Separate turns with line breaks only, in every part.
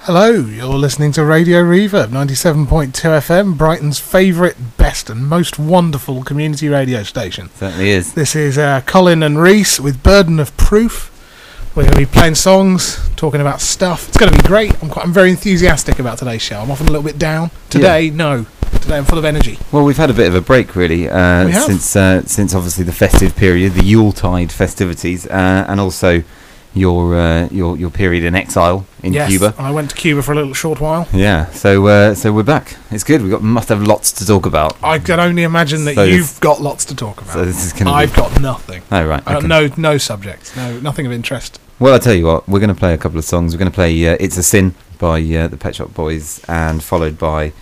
Hello, you're listening to Radio Reverb 97.2 FM, Brighton's favourite, best, and most wonderful community radio station.
Certainly is.
This is uh, Colin and Reese with Burden of Proof. We're going to be playing songs, talking about stuff. It's going to be great. I'm, quite, I'm very enthusiastic about today's show. I'm often a little bit down. Today, no. Today, I'm full of energy.
Well, we've had a bit of a break, really, uh,
We have.
since uh, since obviously the festive period, the Yuletide festivities, uh, and also your uh, your your period in exile in
yes,
Cuba.
I went to Cuba for a little short while.
Yeah. So uh, so we're back. It's good. We got must have lots to talk about.
I can only imagine that
So this-
you've got lots to talk about.
So this is gonna
I've
be.
got nothing.
Oh right.
I got no,
okay.
no subjects. No, nothing of interest.
Well, I tell you what. We're going to play a couple of songs. We're going to play uh, "It's a Sin" by uh, the Pet Shop Boys, and followed by.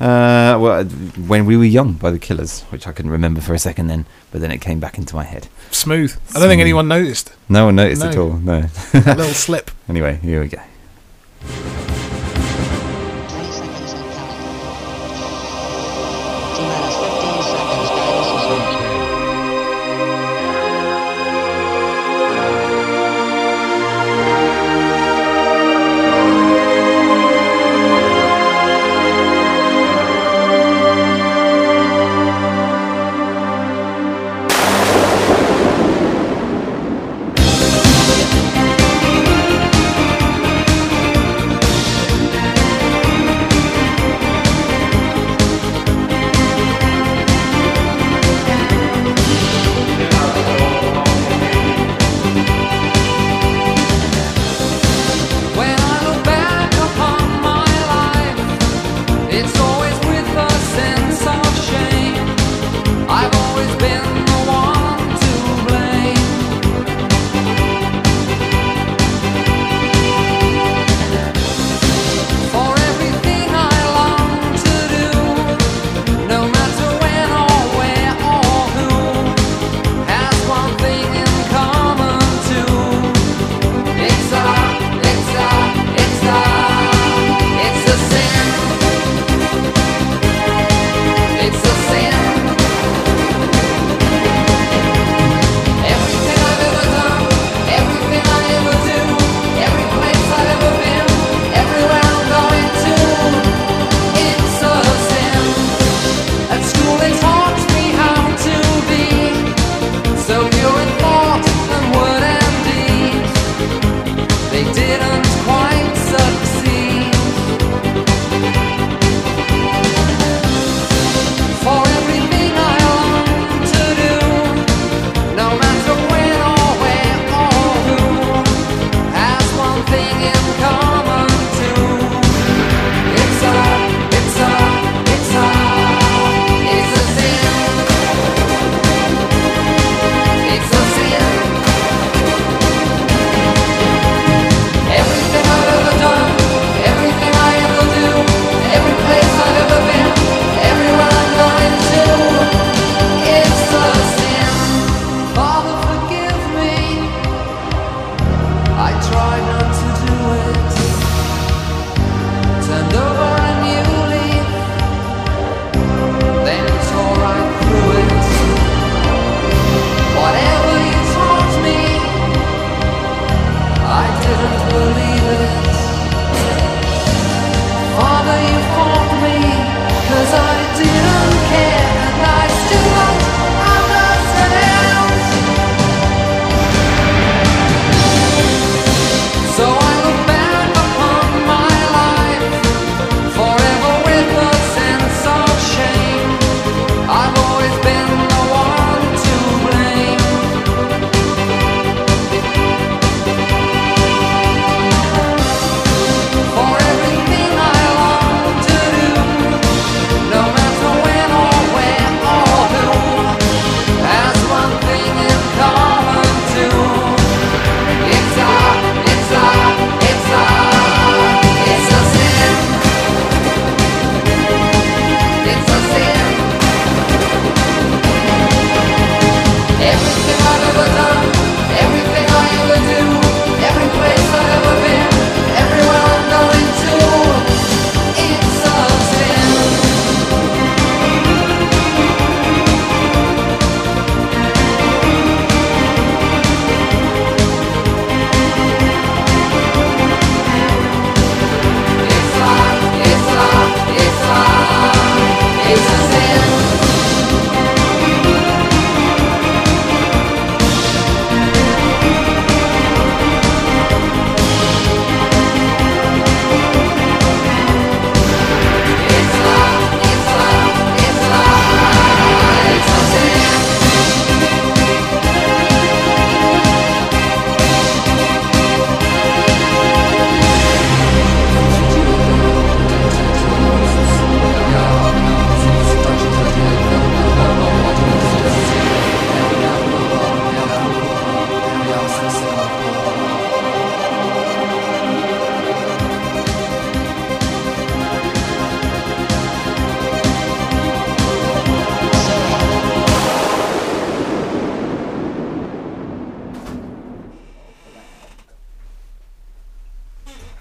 Uh, well, when we were young, by the Killers, which I couldn't remember for a second then, but then it came back into my head.
Smooth. I don't think
Smooth.
anyone noticed.
No one noticed at
No.
all. No.
little slip.
Anyway, here we go.
Twenty seconds to count. T minus fifteen seconds. This is
Thank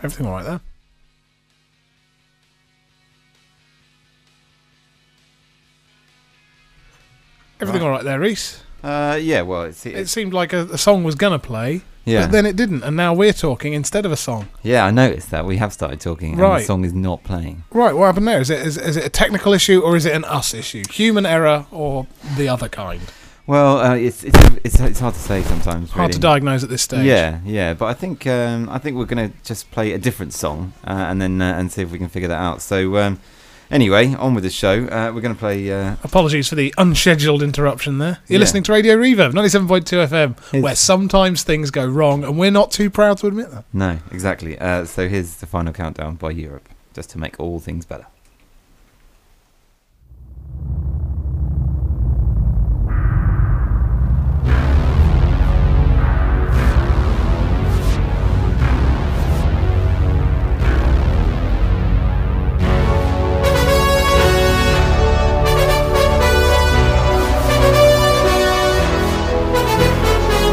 Everything all right there? Everything
Right.
all right there, Reese?
Uh, yeah, well, it's,
It
it's
seemed like a, a song was gonna play,
yeah,
but then it didn't, and now we're talking instead of a song.
yeah. I noticed that we have started talking, and
Right.
the song is not playing.
Right, what happened there? Is it is, is it a technical issue or is it an us issue? Human error or the other kind?
Well, uh, it's, it's it's it's hard to say sometimes.
Hard to
really.
diagnose at this stage.
Yeah, yeah, but I think um, I think we're gonna just play a different song uh, and then uh, and see if we can figure that out. So um, anyway, on with the show. Uh, we're gonna play. Uh,
Apologies for the unscheduled interruption there. You're
Yeah.
listening to Radio Reverb, 97.2 FM,
It's-
where sometimes things go wrong, and we're not too proud to admit that.
no, exactly. Uh, so here's the final countdown by Europe, just to make all things better.
Thank
Oh,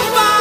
Oh, oh. Oh,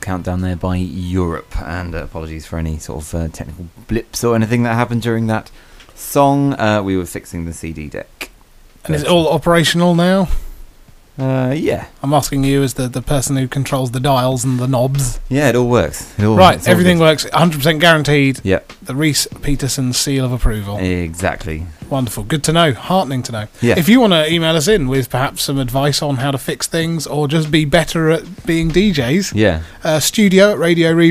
countdown there by Europe, and uh, apologies for any sort of uh, technical blips or anything that happened during that song. Uh, we were fixing the CD deck.
And it's all operational now.
Uh, yeah,
I'm asking you as the, the person who controls the dials and the knobs.
yeah, it all works. It all,
right,
it's all
everything
good.
works 100% guaranteed.
Yep,
The Reese Peterson seal of approval.
exactly.
Wonderful. Good to know. Heartening to know.
Yeah.
If you want to email us in with perhaps some advice on how to fix things or just be better at being DJs,
Yeah,
uh, studio at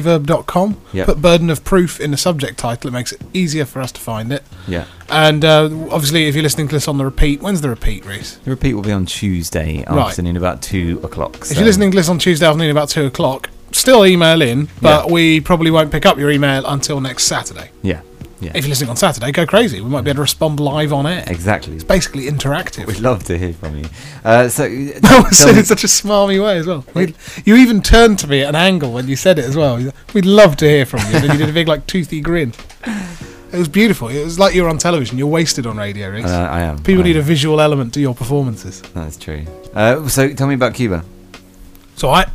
radioreverb.com.
Yep.
Put burden of proof in the subject title. It makes it easier for us to find it.
yeah.
And uh, obviously, if you're listening to this on the repeat, when's the repeat, Reese?
The repeat will be on Tuesday
Right.
afternoon, about two o'clock.
If you're listening to this on Tuesday afternoon about 2 o'clock, still email in, but we probably won't pick up your email until next Saturday.
yeah, yeah,
If you're listening on Saturday, go crazy. We might be able to respond live on air.
exactly.
It's basically interactive.
We'd love to hear from you. Uh, so
That was
tell
said
me-
in such a smarmy way as well. We'd, you even turned to me at an angle when you said it as well. You're like, We'd love to hear from you. Then you did a big, like, toothy grin. It was beautiful. It was like you were on television. You're wasted on radio, Reese.
Uh, I am.
People
I
need a
am.
visual element to your performances.
That's true. Uh, so tell me about Cuba.
So I,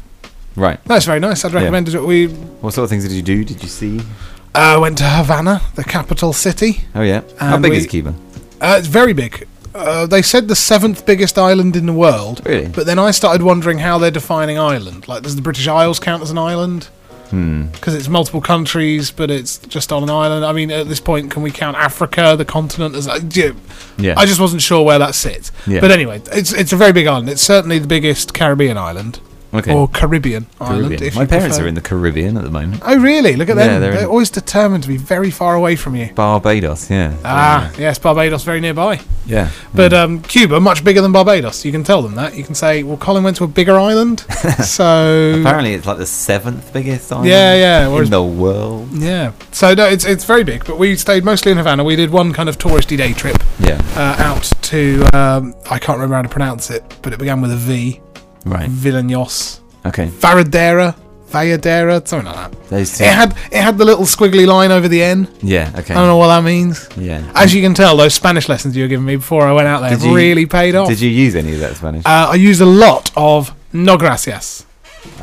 Right.
that's very nice. I'd recommend it. We
What sort of things did you do? Did you see?
uh, went to Havana, the capital city.
Oh yeah. How
And
big
we-
is Cuba?
Uh, it's very big. Uh, they said the seventh biggest island in the world.
Really?
But then I started wondering how they're defining island. Like, does the British Isles count as an island?
Hmm.
Because it's multiple countries, but it's just on an island. I mean, at this point, can we count Africa, the continent, as? I, yeah.
Yeah.
I just wasn't sure where that sits.
Yeah.
But anyway, it's it's a very big island. It's certainly the biggest Caribbean island,
Okay.
or Caribbean, island.
Caribbean.
If
My
you
parents
prefer.
are in the Caribbean at the moment.
Oh, really? Look at
Yeah,
them.
they're
They're,
in-
always determined to be very far away from you.
Barbados. Yeah.
Ah, yes, Barbados, very nearby.
Yeah.
But um, Cuba, much bigger than Barbados. You can tell them that. You can say, well, Colin went to a bigger island. so.
Apparently, it's like the seventh biggest island.
Yeah, yeah.
In
Whereas,
the world.
yeah. So, no, it's, it's very big, but we stayed mostly in Havana. We did one kind of touristy day trip
Yeah.
uh, out to, um, I can't remember how to pronounce it, but it began with a V.
Right.
Villanos.
Okay.
Varadera. Valladera. Something like that.
Those two.
It had, it had the little squiggly line over the N.
Yeah. Okay.
I don't know what that means.
Yeah.
As you can tell, those Spanish lessons you were giving me before I went out there
Did you-
really paid off.
Did you use any of that Spanish?
uh, I used a lot of no gracias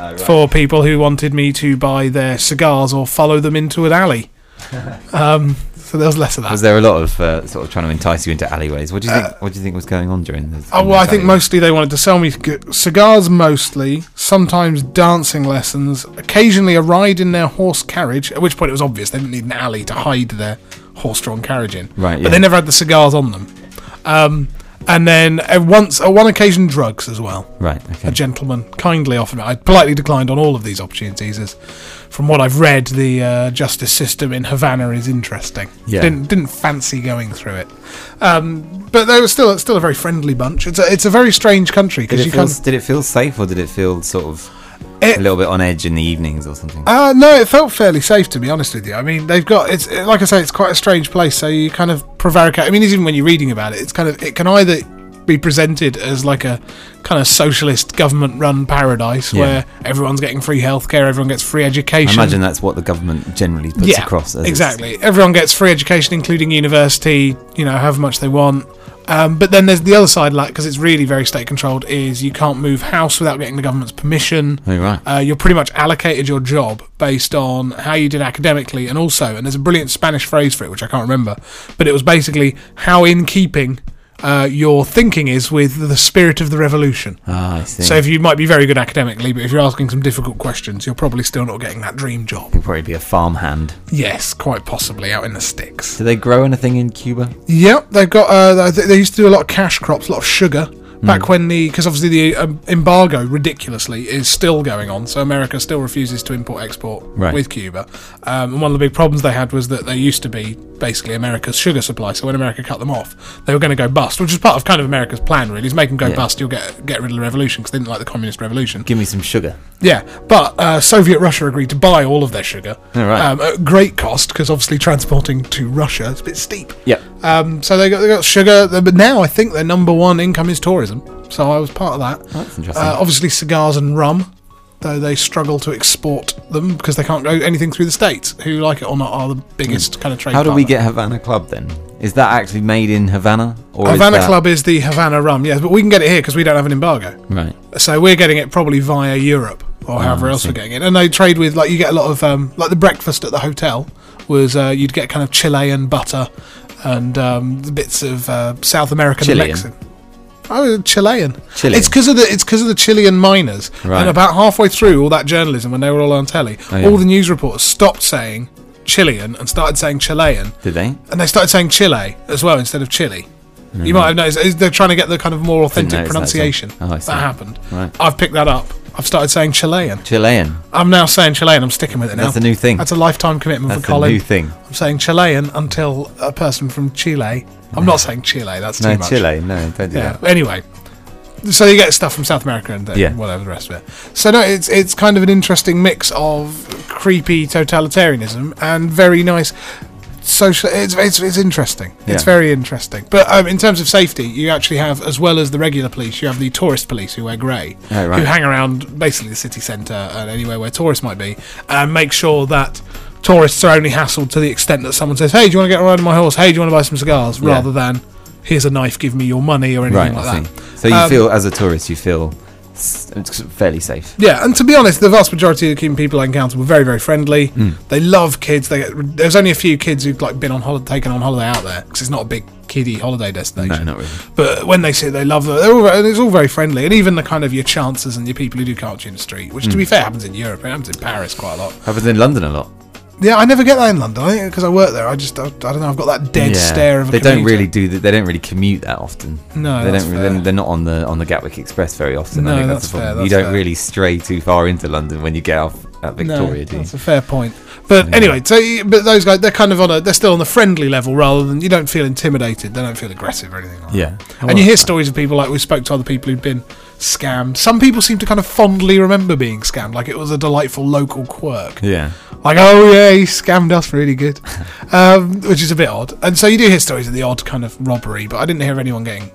Oh, right.
for people who wanted me to buy their cigars or follow them into an alley. um, so there was less of that.
Was there a lot of uh, sort of trying to entice you into alleyways? What do you think? what do you think was going on during this?
Uh, Oh,
in
well, I
those
think
alleyways?
mostly they wanted to sell me c- cigars, mostly, sometimes dancing lessons, occasionally a ride in their horse carriage, at which point it was obvious they didn't need an alley to hide their horse drawn carriage in.
Right,
But
yeah.
they never had the cigars on them. Um, and then uh, once, uh, one occasion, drugs as well.
Right. Okay.
a gentleman kindly offered me. I politely declined on all of these opportunities, as from what I've read, the uh, justice system in Havana is interesting.
Yeah.
Didn't didn't fancy going through it, um, but they were still still a very friendly bunch. It's a it's a very strange country
Did
because
it,
you
feel,
can't.
did it feel safe or did it feel sort of
It-
a little bit on edge in the evenings or something?
Uh, no, it felt fairly safe to be honest with you. I mean, they've got it's it- like I say, it's quite a strange place. So you kind of prevaricate. I mean, even when you're reading about it, it's kind of it can either be presented as like a kind of socialist government-run paradise
Yeah.
where everyone's getting free healthcare, everyone gets free
I
education.
imagine that's what the government generally puts across. As its-
exactly. Everyone gets free education, including university. You know, however much they want. Um, but then there's the other side, like because it's really very state controlled, is you can't move house without getting the government's permission.
Oh, right.
Uh, you're pretty much allocated your job based on how you did academically, and also, and there's a brilliant Spanish phrase for it which I can't remember, but it was basically how in keeping uh, your thinking is with the spirit of the revolution.
Ah, I see.
So if you might be very good academically, but if you're asking some difficult questions, you're probably still not getting that dream job.
You'll probably be a farmhand.
Yes, quite possibly out in the sticks.
Do they grow anything in Cuba?
Yep, they've got. Uh, they, they used to do a lot of cash crops, a lot of sugar.
Hmm.
Back when the, because obviously the um, embargo, ridiculously, is still going on, so America still refuses to import export
Right.
with Cuba. Um, and one of the big problems they had was that they used to be basically America's sugar supply. So when America cut them off, they were going to go bust, which is part of kind of America's plan, really, is make them go
Yeah.
bust. You'll get get rid of the revolution because they didn't like the communist revolution.
Give me some sugar.
Yeah, but uh, Soviet Russia agreed to buy all of their sugar
Oh, right.
um, at great cost because obviously transporting to Russia is a bit steep.
Yep.
Um, so they got, they got sugar, th- but now I think their number one income is tourism. So I was part of that.
That's interesting.
Uh, obviously, cigars and rum, though they struggle to export them because they can't go anything through the states, who, like it or not, are the biggest kind of trade.
Hmm. How do we
partner.
get Havana Club then? Is that actually made in Havana? Or is
Havana
that-
Club is the Havana rum, yes, but we can get it here because we don't have an embargo.
Right.
So we're getting it probably via Europe. or
Ah,
however
I
else we're
see.
getting it. And they trade with like you get a lot of um, like the breakfast at the hotel was uh, you'd get kind of Chilean butter and um, the bits of uh, South American
Chilean?
and Mexican. Oh, Chilean.
Chilean.
It's because of the it's because of the Chilean miners.
Right.
And about halfway through all that journalism, when they were all on telly,
Oh, yeah.
all the news reporters stopped saying Chilean and started saying Chilean,
Did they?
and they started saying Chile as well instead of Chile. You might have noticed is they're trying to get the kind of more authentic
Mm. notice that at all.
pronunciation.
Oh, I see.
That happened.
Right.
I've picked that up. I've started saying Chilean.
Chilean.
I'm now saying Chilean. I'm sticking with it now.
That's a new thing.
That's a lifetime commitment
That's
for
a
Colin.
new thing.
I'm saying Chilean until a person from Chile. I'm not saying Chile. That's
No,
too much.
Chile. No, don't do
Yeah.
that.
Anyway, so you get stuff from South America and uh,
Yeah.
whatever the rest of it. So no, it's it's kind of an interesting mix of creepy totalitarianism and very nice social. It's it's, it's interesting. It's
Yeah.
very interesting. But um, in terms of safety, you actually have as well as the regular police, you have the tourist police who wear grey,
Oh, right.
who hang around basically the city centre and anywhere where tourists might be, and make sure that. Tourists are only hassled to the extent that someone says, "Hey, do you want to get a ride on my horse? Hey, do you want to buy some cigars?"
Yeah.
Rather than, "Here's a knife, give me your money," or
Right.
anything
I
like
see.
that.
So you
Um,
feel, as a tourist, you feel s- it's fairly safe.
Yeah, and to be honest, the vast majority of the Cuban people I encountered were very, very friendly.
Hmm.
They love kids. They get, there's only a few kids who've like been on holiday, taken on holiday out there because it's not a big kiddie holiday destination.
not really.
But when they see it, they love it. They're all, and it's all very friendly, and even the kind of your chances and your people who do cartoon in the street, which to
Mm.
be fair happens in Europe, it happens in Paris quite a lot.
Happens in London a lot.
Yeah, I never get that in London. I think because I work there, I just I, I don't know. I've got that dead stare of. A
they don't
commuter.
really do that. They don't really commute that often.
No,
they
that's
don't. They're,
fair.
they're not on the on the Gatwick Express very often.
No,
I think that's,
that's
the problem.
fair,
you
that's
don't
fair.
really stray too far into London when you get off at Victoria, do
No,
you?
that's a fair point. But anyway, so y- but those guys, they're kind of on a, they're still on the friendly level rather than you don't feel intimidated. They don't feel aggressive or anything. Like
Yeah.
That. And you hear stories of people like we spoke to other people who've been scammed. Some people seem to kind of fondly remember being scammed, like it was a delightful local quirk.
Yeah.
Like, oh yeah, he scammed us really good, um, which is a bit odd. And so you do hear stories of the odd kind of robbery, but I didn't hear of anyone getting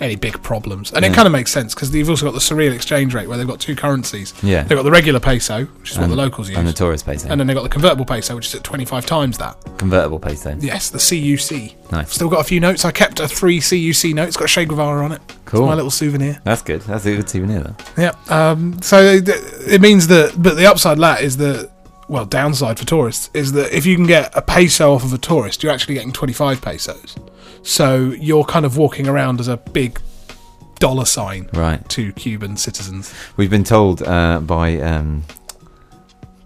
any big problems. And it
Yeah.
kind of makes sense because you've also got the surreal exchange rate where they've got two currencies.
Yeah.
They've got the regular peso, which is what the locals use,
And the tourist peso.
and then they've got the convertible peso, which is at 25 times that.
convertible peso.
Yes, the CUC.
Nice.
Still got a few notes. I kept a three CUC note. It's got Che Guevara on it.
Cool.
It's my little souvenir.
That's good. That's a good souvenir. That.
Yeah. Um, so th- it means that, but the upside of that is that, well, downside for tourists is that if you can get a peso off of a tourist, you're actually getting 25 pesos. So you're kind of walking around as a big dollar sign
Right.
to Cuban citizens.
We've been told uh, by um,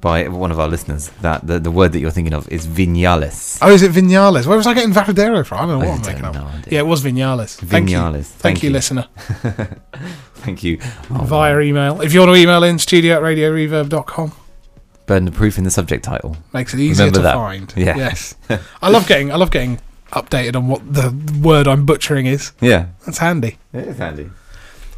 by one of our listeners that the, the word that you're thinking of is vinales.
Oh, is it Vinales? Where was I getting Varadero from? I don't know what
I
I'm
don't
making up.
know, I did.
yeah, it was Vinales. Thank you.
Vinales.
Thank,
Thank
you,
you.
listener.
Thank you. Oh,
Via email. If you want to email in, studio at radioreverb.com.
Burden of proof in the subject title.
Makes it easier
Remember
to
that.
find.
Yeah.
Yes. I love getting I love getting updated on what the word I'm butchering is.
Yeah.
That's handy.
It is handy.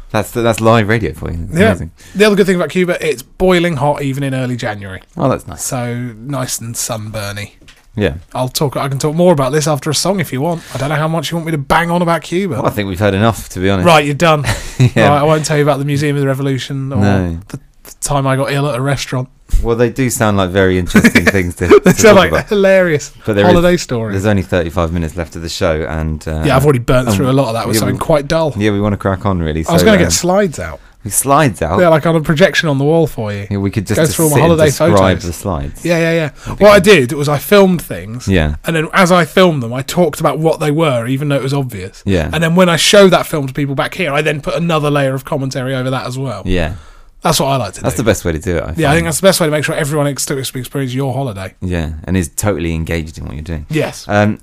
That's that's live radio for you. It's
Yeah.
amazing.
The other good thing about Cuba, it's boiling hot even in early January.
Oh, that's nice.
So nice and sunburny.
Yeah.
I'll talk I can talk more about this after a song if you want. I don't know how much you want me to bang on about Cuba.
Well, I think we've heard enough, to be honest.
Right, you're done.
Yeah.
Right, I won't tell you about the Museum of the Revolution or
No.
the, the time I got ill at a restaurant.
Well, they do sound like very interesting things to, to
They
talk
sound like
about.
hilarious
But there is-
holiday stories.
There's only 35 minutes left of the show, and uh,
yeah, I've already burnt
um,
through a lot of that with
yeah,
something
we-
quite dull.
yeah, we want to crack on really. So,
I was going to
um,
get slides out.
we slides out.
Yeah, like on a projection on the wall for you.
Yeah, we could just,
Go
just
through all my
sit and
holiday
describe
photos.
the slides.
Yeah, yeah, yeah. What I did was I filmed things.
Yeah.
And then as I filmed them, I talked about what they were, even though it was obvious.
Yeah.
And then when I show that film to people back here, I then put another layer of commentary over that as well.
Yeah.
That's what I like to
That's
do.
the best way to do it. I
yeah, I think
find.
that's the best way to make sure everyone ex- to experience your holiday. Uh,
yeah, and is totally engaged in what you're doing.
Yes.
Um,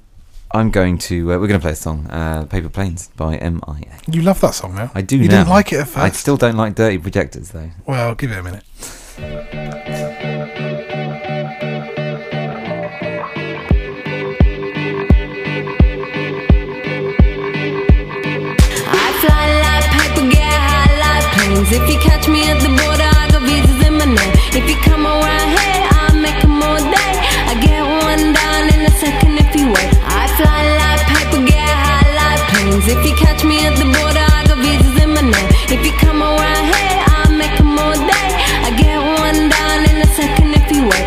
I'm going to. Uh, we're going to play a song, uh, "Paper Planes" by M.I.A.
you love that song now.
I do.
You
now.
didn't like it at
I
first.
still don't like dirty projectors though.
well, give it a minute.
I fly like paper, get high like planes. If you catch me at the border, I got visas in my name. If you come around here, I'll make 'em all day. I get one down in a second if you wait. I fly like paper, get high like planes. If you catch me at the border, I got visas in my name. If you come around here, I'll make 'em all day. I get one down in a second if you wait.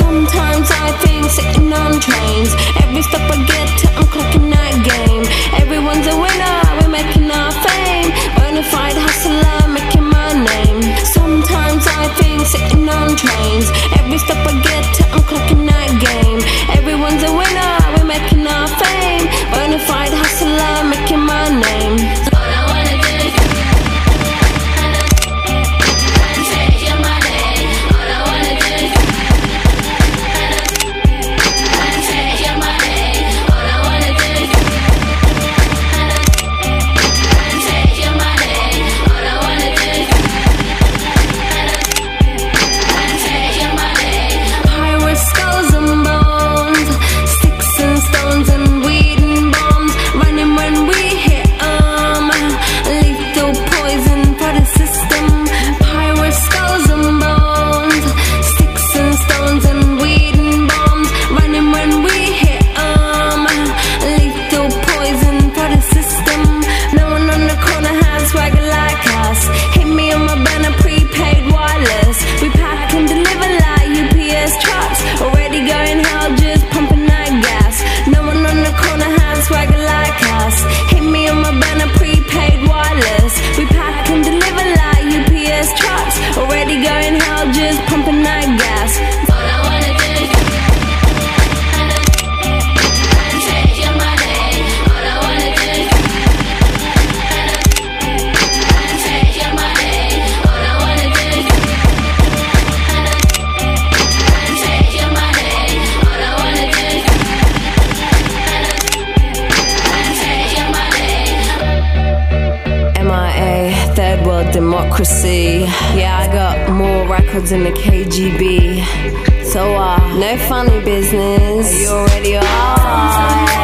Sometimes I think sitting on trains. Every step I get to, I'm clocking that game. Everyone's a winner, we're making our fame. Bona fide hustler, making my name. Some swagger like us. Hit me on my banner, prepaid wireless. We pack and deliver like UPS trucks. Already going hard, just pumping that gas. All I wanna do is take your money. All I wanna do is take your money. All I wanna do is take your money. All I wanna do is take your money. MIA, third world democracy. Yeah, I got more records than the KGB. So, uh, no funny business. You already are.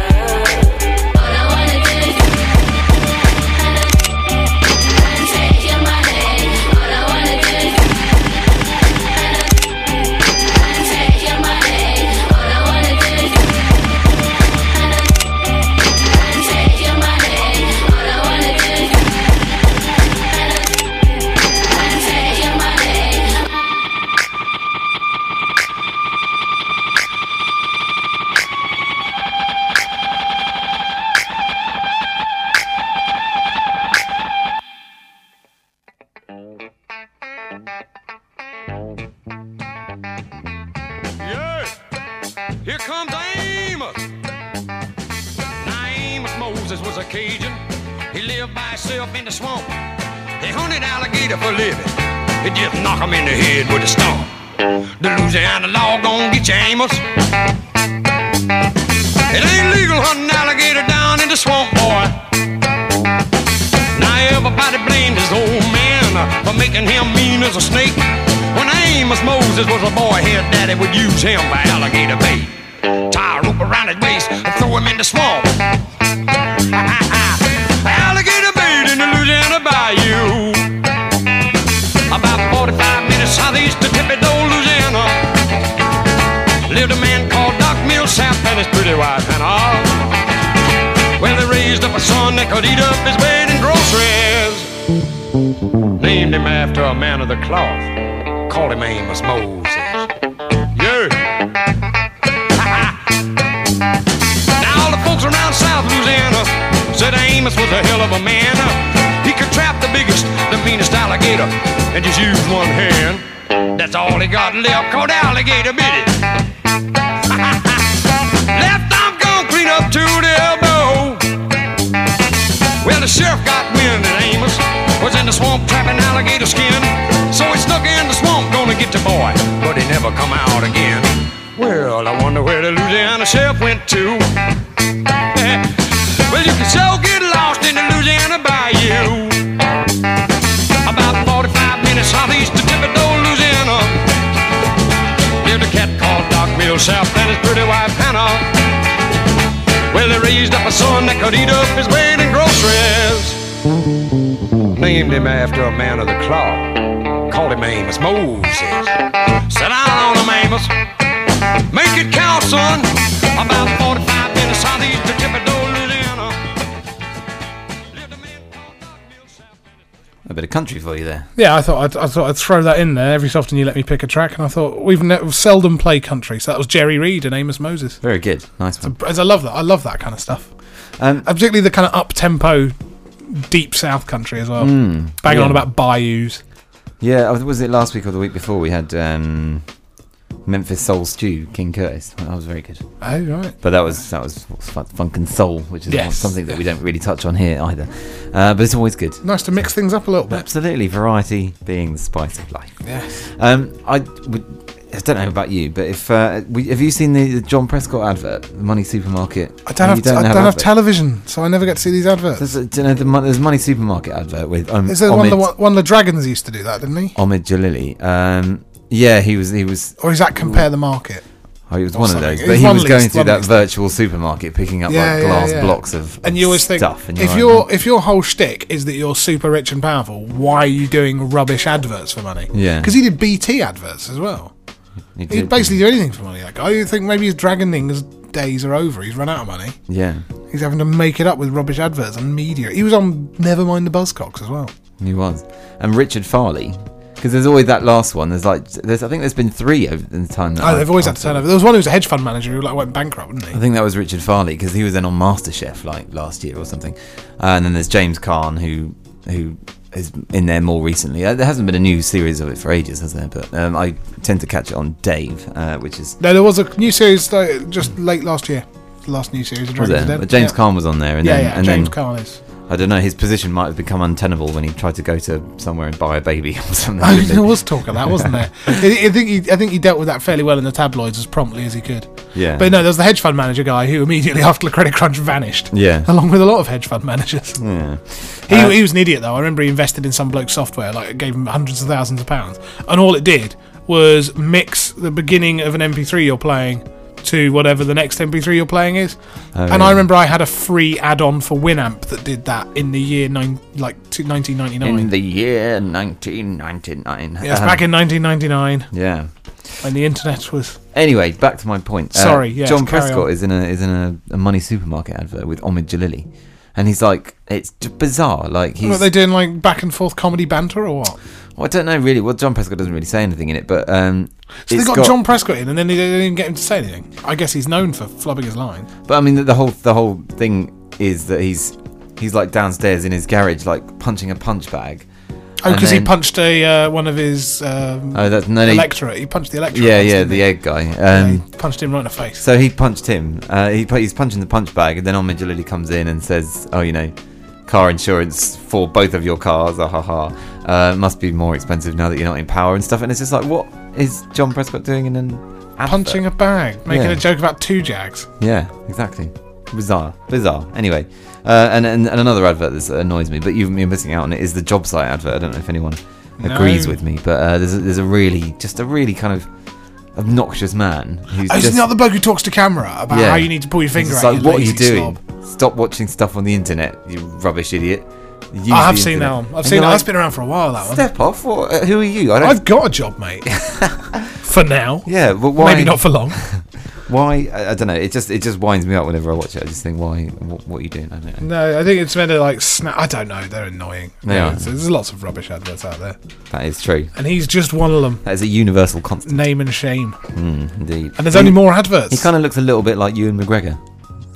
All I wanna do is take your money. All I wanna do is Take your money. All I wanna do is take your money. All I wanna do is take your money.
Yes! Here comes Amos! Now, Amos Moses was a Cajun. He lived by himself in the swamp. They hunted alligator for a living. They just knock him in the head with a stump. The Louisiana law gon' get you, Amos. It ain't legal hunting alligator down in the swamp, boy. Now everybody blamed his old man uh, for making him mean as a snake. When Amos Moses was a boy, his daddy would use him for alligator bait. Tie a rope around his waist and throw him in the swamp. alligator bait in the Louisiana Bayou. About 45 minutes southeast of Thibodeau, Louisiana, lived a man called Doc Millsap and his pretty wife Hannah. Well, they raised up a son that could eat up his bed and groceries. Named him after a man of the cloth. Called him Amos Moses. Yeah. now all the folks around South Louisiana said Amos was a hell of a man. He could trap the biggest, the meanest alligator, and just use one hand. That's all he got left called alligator bit it. Left arm gone clean up to the elbow. Well, the sheriff got wind that Amos was in the swamp trapping alligator skin. So he snuck in the swamp, gonna get the boy, but he never come out again. Well, I wonder where the Louisiana sheriff went to. well, you can so get lost in the Louisiana bayou. About 45 minutes southeast of Thibodeau, Louisiana, lived a cat called Doc Millsap and his pretty wife Hannah. Well, they raised up a son that could eat up his weight in groceries. Named him after a man of the cloth. Called him Amos Moses. Sit down on him, Amos. Make it count, son. About 45 minutes southeast of Thibodeau, Louisiana. Lived a man called Doc Millsap.
A bit of country for you there.
Yeah, I thought I'd, I thought I'd throw that in there. Every so often you let me pick a track, and I thought we've ne- seldom play country, so that was Jerry Reed and Amos Moses.
Very good. Nice one.
As I love that, I love that kind of stuff.
Um,
And particularly the kind of up tempo, deep South country as well. Banging
yeah.
on about bayous.
Yeah, uh, was it last week or the week before we had um, Memphis Soul Stew, King Curtis? Well, that was very good.
Oh right,
But that was that was what's fun, funk and soul, which is
Yes.
something that we don't really touch on here either. Uh, but it's always good.
nice to mix things up a little bit.
Absolutely, variety being the spice of life.
Yes.
Um, I would. I don't know about you, but if uh, we, have you seen the, the John Prescott advert, the Money Supermarket?
I don't
You
have I don't have
adverts. television,
television, so I never get to see these adverts.
There's, a, do you know, the, Mon- there's a Money Supermarket advert with um,
Is there one
Omid,
the one, one of the dragons used to do that, didn't he?
Omid Jalili. Um, yeah, he was he was
Or is that compare the market?
Oh, he was
or
one of
something.
those.
It
But
was
he
one
was
list,
going through
one
that
list.
virtual supermarket, picking up
Yeah,
like
yeah,
glass
yeah.
blocks of
And you always think
stuff. and
if
like,
your if your whole shtick is that you're super rich and powerful, why are you doing rubbish adverts for money?
Yeah.
because he did BT adverts as well.
"You did-
He'd basically do anything for money. Like I think maybe his Dragoning's days are over. He's run out of money.
yeah,
He's having to make it up with rubbish adverts and media. He was on Never Mind the Buzzcocks as well.
He was. And Richard Farley. Because there's always that last one. There's like, there's, I think there's been three over the time. That
Oh, they've
I've-
always had
I've
to
seen.
turn over. There was one who was a hedge fund manager who like went bankrupt, didn't
I
he?
think that was Richard Farley because he was then on MasterChef like last year or something. Uh, and then there's James Kahn who who is in there more recently. Uh, there hasn't been a new series of it for ages, has there? But um, I tend to catch it on Dave, uh, which is
No, there was a new series like, just late last year. The last new series. Of
was
Dragon's
there?
Den.
But James
yeah.
Kahn was on there, and
Yeah,
then
yeah.
and
James
then
Carl is.
I don't know. His position might have become untenable when he tried to go to somewhere and buy a baby or something.
Oh,
didn't he?
there was talk of that, wasn't there? I, I think he, I think he dealt with that fairly well in the tabloids as promptly as he could.
Yeah.
But no, there was the hedge fund manager guy who immediately after the credit crunch vanished.
Yeah.
Along with a lot of hedge fund managers.
Yeah.
He,
Uh,
he was an idiot though. I remember he invested in some bloke's software, like it gave him hundreds of thousands of pounds, and all it did was mix the beginning of an MP3 you're playing to whatever the next MP3 you're playing is. and I
really?
remember I had a free add-on for Winamp that did that in the year nine, like two- 1999.
In the year 1999.
yeah, it's
Um,
back in 1999
yeah.
when the internet was.
Anyway, back to my point. Uh,
Sorry, yes,
John
carry
Prescott
on.
is in a is in a, a money supermarket advert with Omid Jalili, and he's like, it's j- bizarre. Like he's,
What are they doing, like back and forth comedy banter or what?
well, I don't know really. Well, John Prescott doesn't really say anything in it, but um,
So they
it's
got, John Prescott in, and then they didn't even get him to say anything. I guess he's known for flubbing his line.
But I mean, the, the whole the whole thing is that he's he's like downstairs in his garage, like punching a punch bag.
Oh,
And
because he
then-
punched a uh, one of his um,
Oh, that's no, no, he-
electorate. He punched the electorate.
yeah,
once,
yeah,
didn't
the
he?
egg guy. Um,
He punched him right in the face.
So he punched him. Uh, he pu- he's punching the punch bag, and then Ahmed Jalili comes in and says, "Oh, you know, car insurance for both of your cars. Ah, ha ha. Uh, must be more expensive now that you're not in power and stuff." And it's just like, what is John Prescott doing in an advert?
Punching a bag, making
Yeah.
a joke about two jags.
Yeah, exactly. Bizarre, bizarre. Anyway, uh, and, and and another advert that annoys me, but you, you're missing out on it is the job site advert. I don't know if anyone agrees
No.
with me, but uh, there's a, there's a really just a really kind of obnoxious man who's
Oh,
just
Isn't that the bloke who talks to camera about
Yeah.
how you need to pull your finger
It's
out?
like,
you
what are you
lazy
doing?
slob?
Stop watching stuff on the internet, you rubbish idiot. Use
I have
the
seen that
internet.
one. I've
And
seen
you're
that.
like,
That's been around for a while. That one.
Step off. What, uh, who are you? I don't.
I've got a job, mate. for now.
yeah, but why?
Maybe not for long.
Why? I, I don't know. It just it just winds me up whenever I watch it. I just think, why? What, what are you doing? I don't know.
no, I think it's meant to like snap. I don't know. They're annoying.
They
Yeah,
are.
so There's lots of rubbish adverts out there,
That is true.
and he's just one of them.
That is a universal constant.
Name and shame.
Mm, indeed.
And there's only
He-
more adverts.
He kind of looks a little bit like Ewan McGregor,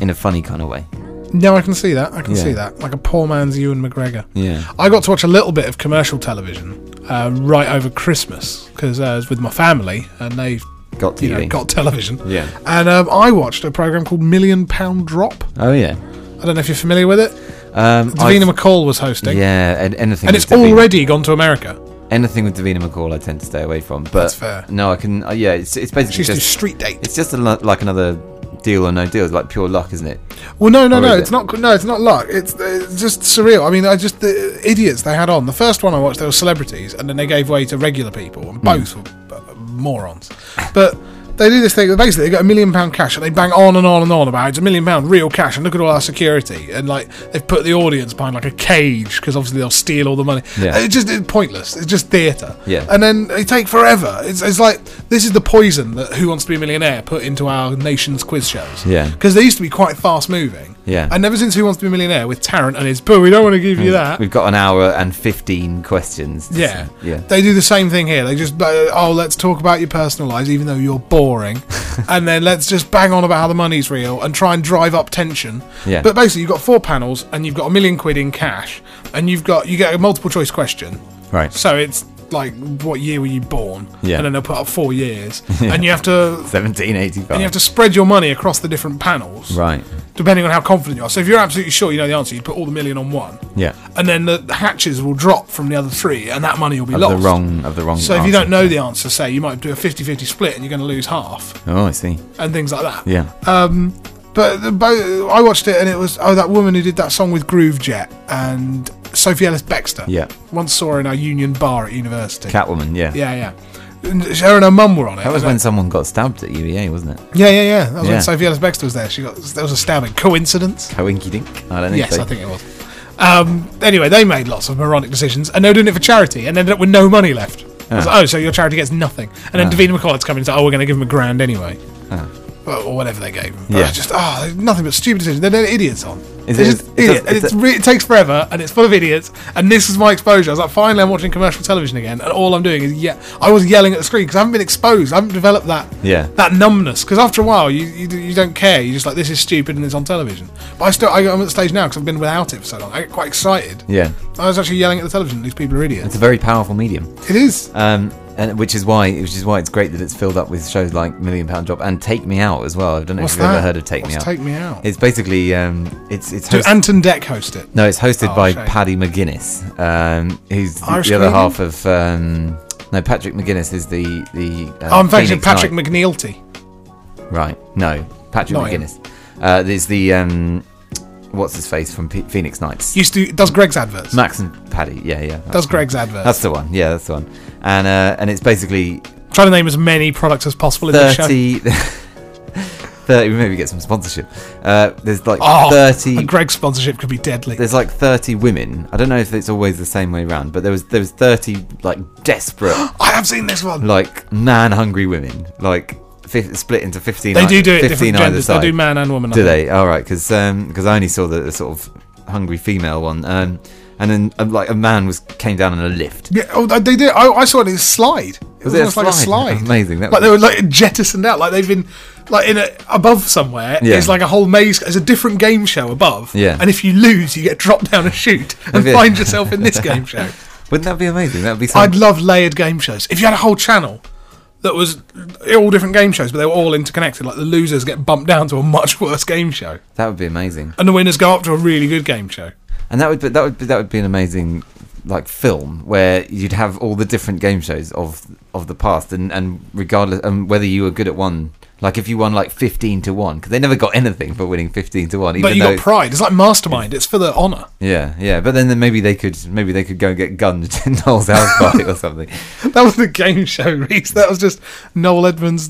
in a funny kind of way.
No, I can see that. I can
Yeah.
see that. Like a poor man's Ewan McGregor.
Yeah.
I got to watch a little bit of commercial television uh, right over Christmas because uh, I was with my family and they
Got
you know,
TV.
got television.
Yeah.
And um, I watched a program called Million Pound Drop.
Oh yeah.
I don't know if you're familiar with it.
Um, I've-
Davina McCall was hosting.
Yeah, and anything.
And
with
it's
Davina-
already gone to America.
anything with Davina McCall, I tend to stay away from. But
That's fair.
No, I can. Uh, yeah, it's it's basically
She's just,
just
street date.
It's just a, lo- like another deal or no deal. It's like pure luck, isn't it?
Well, no, no,
Or
no.
Oh, is
It's
it?
not. No, it's not luck. It's, it's just surreal. I mean, I just the idiots they had on. The first one I watched, they were celebrities, and then they gave way to regular people, and
Hmm.
both were uh, morons. But they do this thing. that Basically, they got a million pound cash, and they bang on and on and on about it's a million pound real cash, and look at all our security, and like they've put the audience behind like a cage because obviously they'll steal all the money.
Yeah.
It's just it's pointless. It's just theatre.
Yeah.
And then they take forever. It's, it's like this is the poison that Who Wants to Be a Millionaire put into our nation's quiz shows.
Yeah.
Because they used to be quite fast moving.
Yeah. Mm.
And ever since Who Wants to Be a Millionaire with Tarrant and his, but we don't want to give you that.
We've got an hour and fifteen questions. to
Uh-huh. Yeah.
s- yeah.
They do the same thing here. They just, uh, oh, let's talk about your personal lives, even though you're boring. and then let's just bang on about how the money's real and try and drive up tension.
Yeah.
But basically, you've got four panels and you've got a million quid in cash and you've got, you get a multiple choice question.
Right.
So it's like, what year were you born?
Yeah.
And then they'll put up four years. And you have to.
Seventeen eighty-five.
And you have to spread your money across the different panels.
Right.
depending on how confident you are. So if you're absolutely sure you know the answer, you put all the million on one,
Yeah.
and then the hatches will drop from the other three, and that money will be
Of
lost.
the wrong. Of the wrong.
so if you
answer.
don't know the answer, say you might do a 50-50 split, and you're going to lose half,
Oh, I see.
and things like that.
Yeah.
But the, bo- I watched it, and it was oh that woman who did that song with Groove Jet and Sophie Ellis Bextor.
Yeah.
once saw her in our Union Bar at university.
Catwoman. Yeah.
yeah, yeah. And Her and her mum were on it.
That was
and
when someone got stabbed at UEA, wasn't it?
Yeah, yeah, yeah. That was
Yeah.
when Sophie Ellis Bextor was there. She got there was a stabbing. Coincidence?
Coinky dink. I don't think
Yes,
so.
I think it was. Um, anyway, they made lots of moronic decisions, and they were doing it for charity, and ended up with no money left. I was
Ah.
like, oh, so your charity gets nothing. And then
Ah.
Davina McCall had to come in and say, oh, we're going to give him a grand anyway.
Ah.
Or- Or whatever they gave him.
Yeah.
ah, Just, oh, nothing but stupid decisions. They're, they're idiots on.
Is
It's just idiot.
does-
and it's re- it takes forever, and it's full of idiots. And this is my exposure. I was like, finally, I'm watching commercial television again, and all I'm doing is yeah. I was yelling at the screen because I haven't been exposed. I haven't developed that
Yeah.
that numbness. Because after a while, you, you do- you don't care. You're just like, this is stupid, and it's on television. But I still I, I'm at the stage now because I've been without it for so long. I get quite excited.
yeah,
I was actually yelling at the television. These people are idiots.
it's a very powerful medium.
It is.
Um, and which is why, which is why it's great that it's filled up with shows like Million Pound Job and Take Me Out as well. I don't know
What's
if you've
that?
ever heard of Take Me
What's
Out.
Take Me Out?
It's basically um, it's it's
Do
hosted,
Anton Deck host it?
no, it's hosted
Oh,
by
shame.
Paddy McGuinness, um, who's the,
Irish
the other
comedian?
half of um, no Patrick McGuinness is the the. Uh,
Oh, I'm thinking
Phoenix
Patrick
Knight.
McNeilty.
Right. No, Patrick
Not him.
McGuinness. Uh, there's the um, what's his face from P- Phoenix Knights.
Used to does Greg's adverts.
Max and Paddy. Yeah, yeah. that's
Does
the one.
Greg's adverts.
That's the one. Yeah, that's the one. And uh, and it's basically
Trying to name as many products as possible in the show.
30 30 maybe get some sponsorship. Uh, there's like
Oh,
30
and Greg's sponsorship could be deadly.
there's like 30 women. I don't know if it's always the same way round, but there was there was 30 like desperate
I have seen this one.
like man hungry women like fif- split into 15
they
ei-
do do it
15
different
either
genders. They
side.
do man and woman. I
Do
think.
they? All right, because I only saw the, the sort of hungry female one, um, and then um, like a man was came down on a lift.
Yeah, oh, they did. I, I saw it in a slide. It was,
Was it a
almost like a
slide?
slide.
Amazing, that
like they were
was-
like jettisoned out. Like they've been like in a above somewhere.
Yeah.
It's like a whole maze. There's a different game show above.
Yeah.
And if you lose, you get dropped down a chute and
Maybe-
find yourself in this game show.
Wouldn't that be amazing? That would be. Some,
I'd love layered game shows. If you had a whole channel that was all different game shows, but they were all interconnected. Like the losers get bumped down to a much worse game show,
that would be amazing.
and the winners go up to a really good game show.
And that would be, that would be, that would be an amazing like film where you'd have all the different game shows of of the past and and regardless and whether you were good at one like if you won like 15 to 1 because they never got anything for winning 15 to 1 even
But you
though
got pride. It's like Mastermind. It's for the honor.
yeah yeah but then, then maybe they could maybe they could go and get gunned in Noel's house party or something
That was the game show, Reese. That was just Noel Edmonds'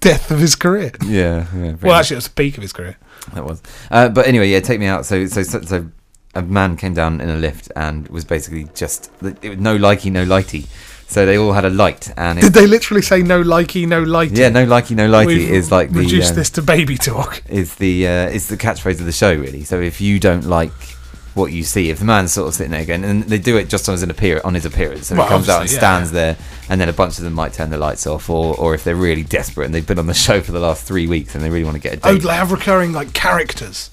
death of his career.
yeah, yeah pretty
Well,
much.
actually, it was the peak of his career.
That was. Uh, but anyway, yeah, take me out. So, so, so, so a man came down in a lift and was basically just it was no likey, no lighty. So they all had a light, and
Did
it,
they literally say no likey, no lighty?
yeah, no likey, no lighty
We've
is like the
reduce
uh,
this to baby talk.
is the uh, is the catchphrase of the show really. So if you don't like what you see, if the man's sort of sitting there going, and they do it just on his appear on his appearance, so
Well,
he comes out and
obviously, yeah,
stands there, and then a bunch of them might turn the lights off, or or if they're really desperate and they've been on the show for the last three weeks and they really want to get a
Oh,
date,
they have recurring like characters.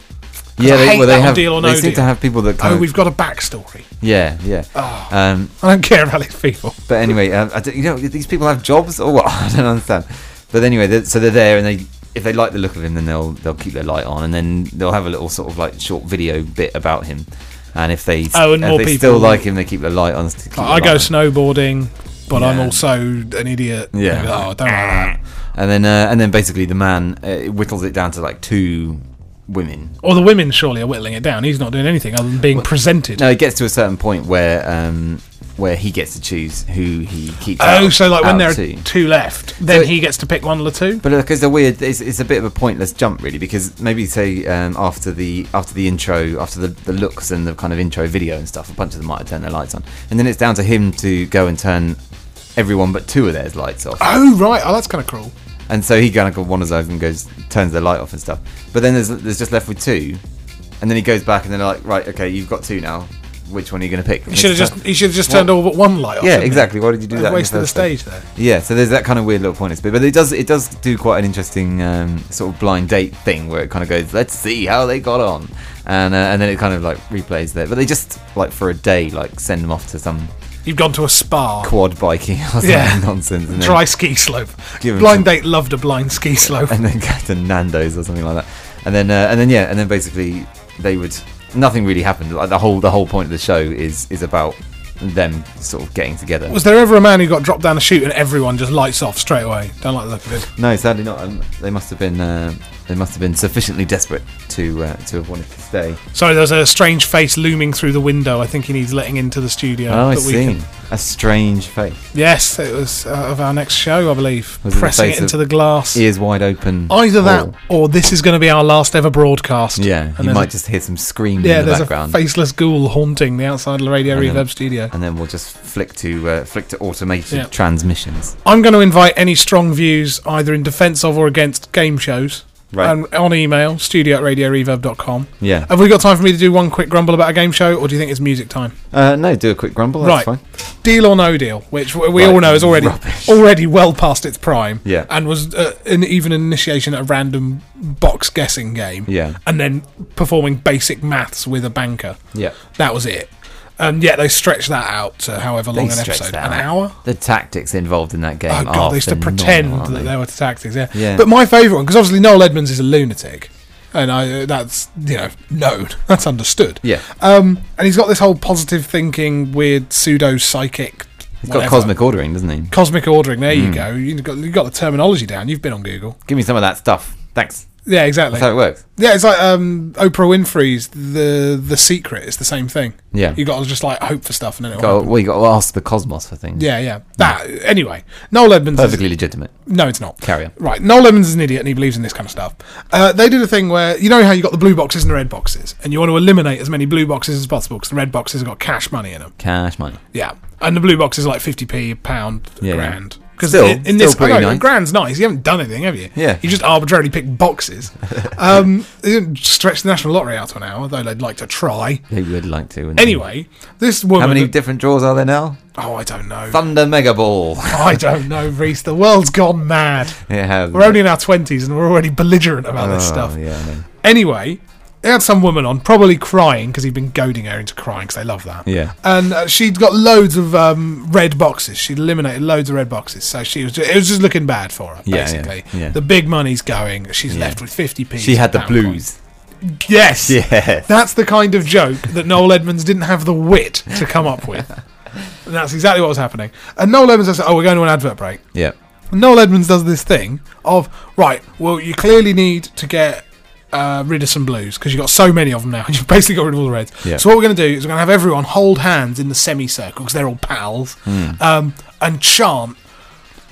yeah,
I
they,
hate
well, they
that on
have
Deal or
they
No
seem to
Deal.
have people that kind
Oh,
of
we've Oh. got a backstory.
Yeah, yeah. Um,
I don't care about these people.
but anyway, um, I don't, you know, these people have jobs or what? I don't understand. But anyway, they're, so they're there, and they if they like the look of him, then they'll they'll keep their light on, and then they'll have a little sort of like short video bit about him. And if they
Oh, and
if
more
they
people-
still like him, they keep their light on. to keep
I
their
go
light on.
snowboarding, but I'm
Yeah.
also an idiot.
Yeah.
Oh, don't like that.
and then uh, and then basically the man uh, whittles it down to like two women
Or the women surely are whittling it down. He's not doing anything other than being presented.
No, it gets to a certain point where um, where he gets to choose who he keeps.
Oh,
out-
so like when
out
there are
to.
two left, then
it-
he gets to pick one or two.
But look, it's a weird. It's, it's a bit of a pointless jump, really, because maybe say um, after the after the intro, after the, the looks and the kind of intro video and stuff, a bunch of them might have turned their lights on, and then it's down to him to go and turn everyone but two of theirs lights off.
Oh right, oh that's kind of cruel.
And so he kind of wanders over and goes turns their light off and stuff. But then there's there's just left with two, and then he goes back and they're like, right, okay, you've got two now. Which one are you going to pick?
He should have just he should have just turned
What?
all but one light off.
Yeah,
shouldn't he?
exactly. Why did you do
They
that? in the
Wasted the
first place?
stage there.
Yeah, so there's that kind of weird little point bit, but it does it does do quite an interesting um, sort of blind date thing where it kind of goes, let's see how they got on, and uh, and then it kind of like replays there. But they just like for a day like send them off to some
You've gone to a spa,
quad biking or some
Yeah.
nonsense, and
dry ski slope.
Give him
Blind
some-
date loved a blind ski slope.
then and then go to Nando's or something like that, and then uh, and then yeah, and then basically they would nothing really happened. Like the whole the whole point of the show is is about them sort of getting together.
Was there ever a man who got dropped down a chute and everyone just lights off straight away? Don't like the look of it.
No, sadly not. Um, they must have been. Uh, they must have been sufficiently desperate to uh, to have wanted to stay.
Sorry, there's a strange face looming through the window. I think he needs letting into the studio.
Oh, I
that we
see.
can-
A strange face,
Yes, it was uh, of our next show, I believe.
Was it the
Pressing
face
it into
of-
the glass.
ears wide open.
Either that,
Oh.
or this is going to be our last ever broadcast.
Yeah,
and
you
there's
might
a,
just hear some screaming
yeah.
in the
there's
background,
a faceless ghoul haunting the outside of the Radio
And then-
Reverb studio.
and then we'll just flick to uh, flick to automated
Yeah.
transmissions.
I'm going to invite any strong views, either in defence of or against game shows,
Right.
and on email, studio at radioreverb.com.
yeah.
Have we got time for me to do one quick grumble about a game show, or do you think it's music time?
Uh, no, do a quick grumble. That's
right.
fine.
Deal or No Deal, which w- we
Right,
all know is already
rubbish.
already well past its prime,
Yeah.
and was uh, an, even an initiation at a random box guessing game,
Yeah.
and then performing basic maths with a banker.
Yeah.
That was it. And yet they stretched that out to however long
They
an
stretch
episode,
that
an
out.
hour.
The tactics involved in that game.
Oh
are
god, they used to pretend
phenomenal, aren't
that
they?
they were tactics. Yeah,
Yeah.
But my favourite one, because obviously Noel Edmonds is a lunatic, and I uh, that's you know known, that's understood.
Yeah.
Um, and he's got this whole positive thinking, weird pseudo psychic.
He's got cosmic Hmm. ordering, doesn't he?
Cosmic ordering. There you go. You got you got the terminology down. You've been on Google.
Give me some of that stuff. Thanks.
Yeah, exactly.
That's how it works.
Yeah, it's like um, Oprah Winfrey's the the secret. It's the same thing.
Yeah.
you got to just like hope for stuff and then it'll.
Got,
Happen.
well, you got to ask the cosmos for things.
Yeah, yeah. That anyway. Noel Edmonds. is-
Perfectly legitimate.
No, it's not.
Carry on.
Right. Noel Lemons is an idiot and he believes in this kind of stuff. Uh, they did a thing where, you know how you got the blue boxes and the red boxes, and you want to eliminate as many blue boxes as possible because the red boxes have got cash money in them.
Cash money.
Yeah. And the blue boxes are like 50p, a pound, a
Yeah, yeah.
grand. Because
Still-
in, in
still
this, I
pretty
know,
nice.
grand's nice. You haven't done anything, have you?
Yeah.
You just arbitrarily pick boxes. Um, they didn't stretch the national lottery out to an hour, though they'd like to try.
They would like to. wouldn't they?
Anyway, this woman.
How many different draws are there now?
oh, I don't know.
Thunder Mega Ball.
I don't know, Reese. The world's gone mad.
it has.
We're only in our 20s and we're already belligerent about this stuff.
Oh, Yeah, I know.
Anyway, they had some woman on, probably crying because he'd been goading her into crying because they love that.
Yeah.
And uh, she'd got loads of um, red boxes. She'd eliminated loads of red boxes, so she was. Just, it was just looking bad for her.
Yeah, yeah,
basically,
yeah.
The big money's going. She's left with fifty p.
She had the blues.
Yes.
Yes.
That's the kind of joke that Noel Edmonds didn't have the wit to come up with. And that's exactly what was happening. And Noel Edmonds said, "Oh, we're going to an advert break."
Yeah.
Noel Edmonds does this thing of right. Well, you clearly need to get uh, rid of some blues because you've got so many of them now. You've basically got rid of all the reds.
Yeah.
So what we're going to do is we're going to have everyone hold hands in the semicircle because they're all pals,
Hmm.
um, and chant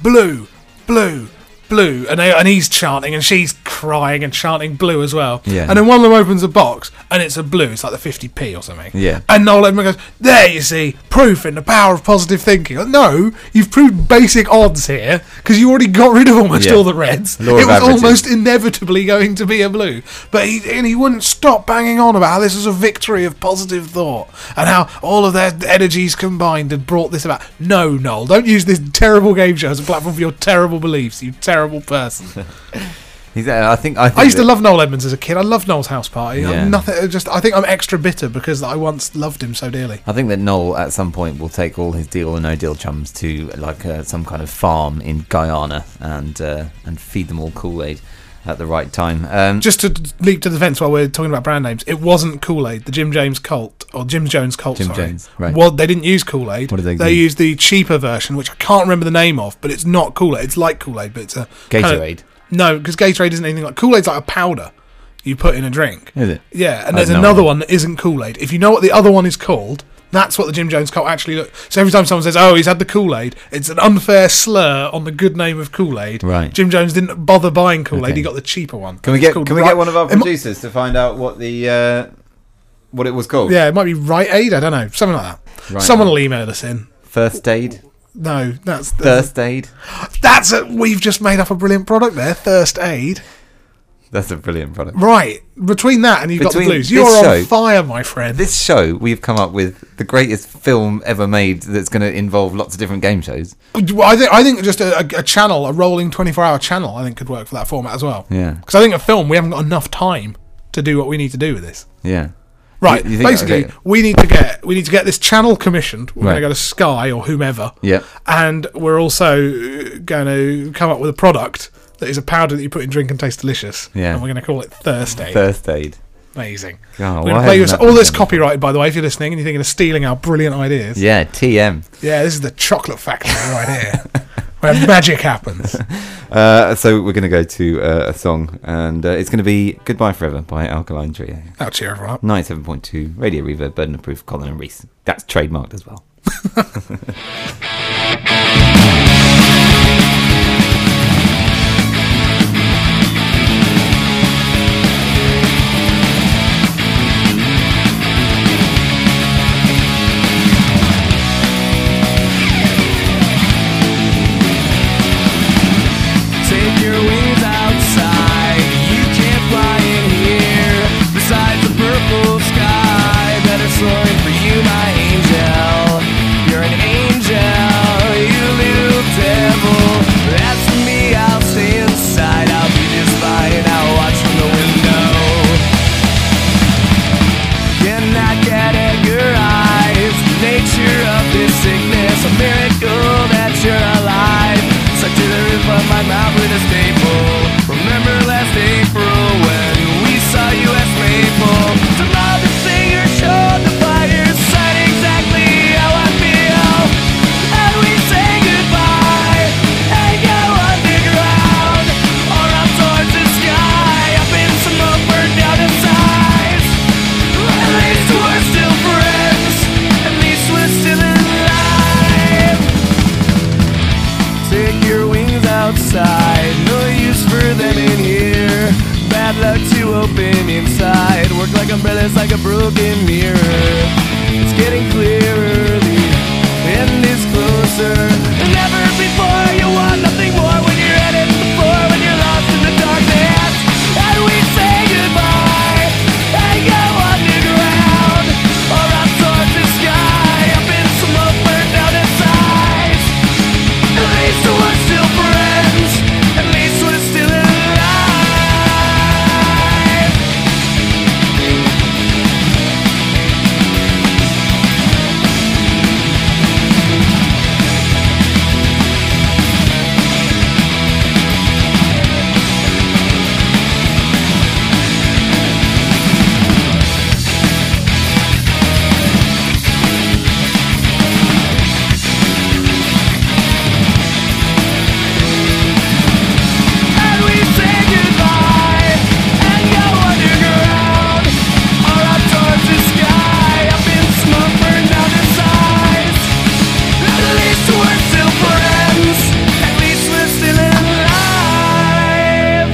blue, blue, blue, and they, and he's chanting and she's crying and chanting blue as well.
Yeah.
And then one of them opens a box and it's a blue. It's like the 50p or something.
Yeah.
And Noel Edmund goes, There you see, proof in the power of positive thinking. No, you've proved basic odds here because you already got rid of almost
Yeah.
all the reds.
Law
it
of
was
averages.
almost inevitably going to be a blue. But he, and he wouldn't stop banging on about how this was a victory of positive thought and how all of their energies combined had brought this about. No, Noel, don't use this terrible game show as a platform for your terrible beliefs, you terrible person.
He's, uh, I think. I, think
I used to
that-
love Noel Edmonds as a kid. I loved Noel's house party.
Yeah.
I'm nothing, uh, just, I think I'm extra bitter because I once loved him so dearly.
I think that Noel at some point will take all his deal or no deal chums to like uh, some kind of farm in Guyana and uh, and feed them all Kool Aid at the right time. Um,
just to leap to the fence while we're talking about brand names, it wasn't Kool Aid, the Jim James cult or Jim Jones cult.
Jim
sorry.
Jones, right.
Well, they didn't use Kool Aid.
What did they
They
use?
used the cheaper version, which I can't remember the name of, but it's not Kool Aid. It's like Kool Aid, but it's a
Gatorade.
Kind of, no, because Gatorade isn't anything like Kool Aid's like a powder you put in a drink.
Is it?
Yeah, and
I had
there's
no
another
idea.
one that isn't Kool Aid. If you know what the other one is called. That's what the Jim Jones cult actually look. So every time someone says, "Oh, he's had the Kool Aid," it's an unfair slur on the good name of Kool Aid.
Right.
Jim Jones didn't bother buying Kool Aid.
Okay.
He got the cheaper one.
can we
It's
get
called
can we
Ri-
get one of our
It mi-
producers to find out what the uh, what it was called?
Yeah, it might be Right Aid. I don't know, something like that.
Rite
Someone
Aid.
will email us in.
First aid.
No, that's
First aid.
that's a, we've just made up a brilliant product there. Thirst Aid.
That's a brilliant product.
Right between that and you've got the
Between
blues.
this
You're on
show-
fire, my friend.
This show we've come up with the greatest film ever made that's going to involve lots of different game shows.
I think I think just a, a, a channel, a rolling 24-hour channel, I think could work for that format as well.
Yeah.
because I think a film we haven't got enough time to do what we need to do with this.
Yeah.
Right,
You- you think-
basically,
okay.
we need to get we need to get this channel commissioned. We're going to
Right.
go to Sky or whomever.
Yep.
and we're also going to come up with a product that is a powder that you put in drink and tastes delicious.
Yeah.
and we're going to call it Thursday.
First aid.
Amazing.
God,
we're going
why
to play you
hasn't that
all
been
this
done
copyrighted, by the way, if you're listening and you're thinking of stealing our brilliant ideas.
Yeah. TM.
Yeah, this is the chocolate factory right here, where magic happens.
Uh, so we're going to go to uh, a song, and uh, it's going to be "Goodbye Forever" by Alkaline Trio.
That'll cheer everyone up.
Ninety-seven point two Radio Reverb, Burden of Proof, Colin and Reese. That's trademarked as well.
Take your wings outside. You it's like a broken mirror. It's getting clearer, the end is closer. Than ever before, you want nothing more when you're at it before, when you're lost in the darkness. And we say goodbye and go underground, or up towards the sky, up in smoke, burned out in size. At least we're still friends. At least we're still alive. And we say goodbye and go underground, or up towards the sky, up in smoke, burned out in size. At least we're still friends. At least we're still alive.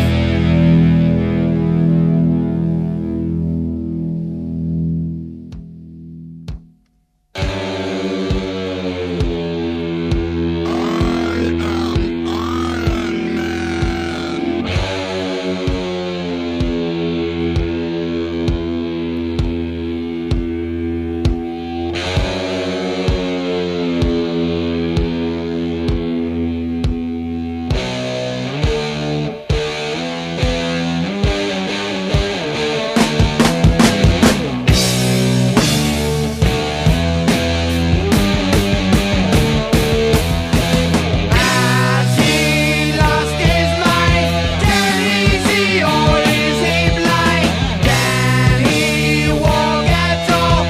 Has he lost his mind? Can he see or is he blind? Can he walk at all?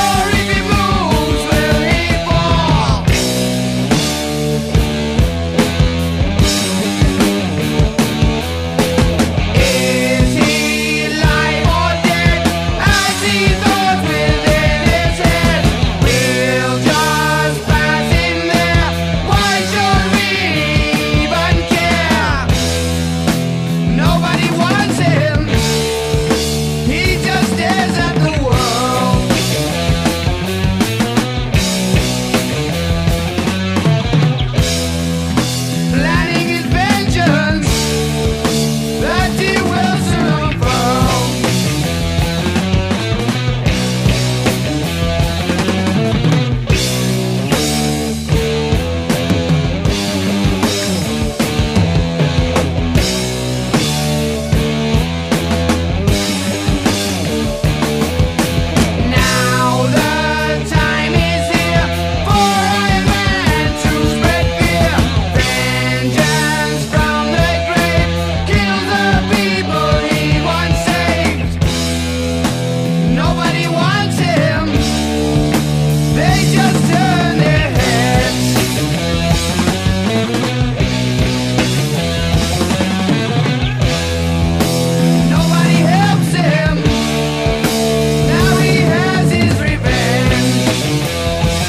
Or if he moves, will he fall? Is he alive or dead? As he thought within his head, we'll just pass him there. Why should we even care? Nobody wants him. He just stares at the world. Planning his vengeance that he will soon fall. Now the time is here for a man to spread fear. Vengeance from the grave kills the people he once saved. Nobody wants him. They just turn their heads. Nobody helps him. Now he has his revenge.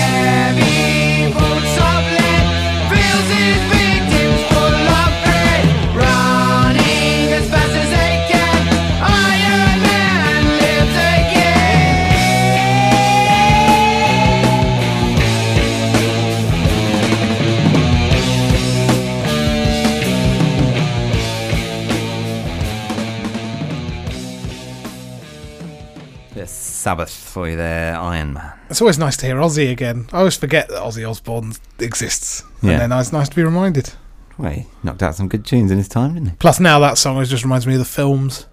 Heavy bolts of lead fills his victims full of dread. Running as fast as they can, Iron Man lives again.
Bit of Sabbath for you there, Iron Man.
It's always nice to hear Ozzy again. I always forget that Ozzy Osbourne exists,
Yeah.
and then it's nice to be reminded.
Well, he knocked out some good tunes in his time, didn't he?
Plus, now that song always just reminds me of the films,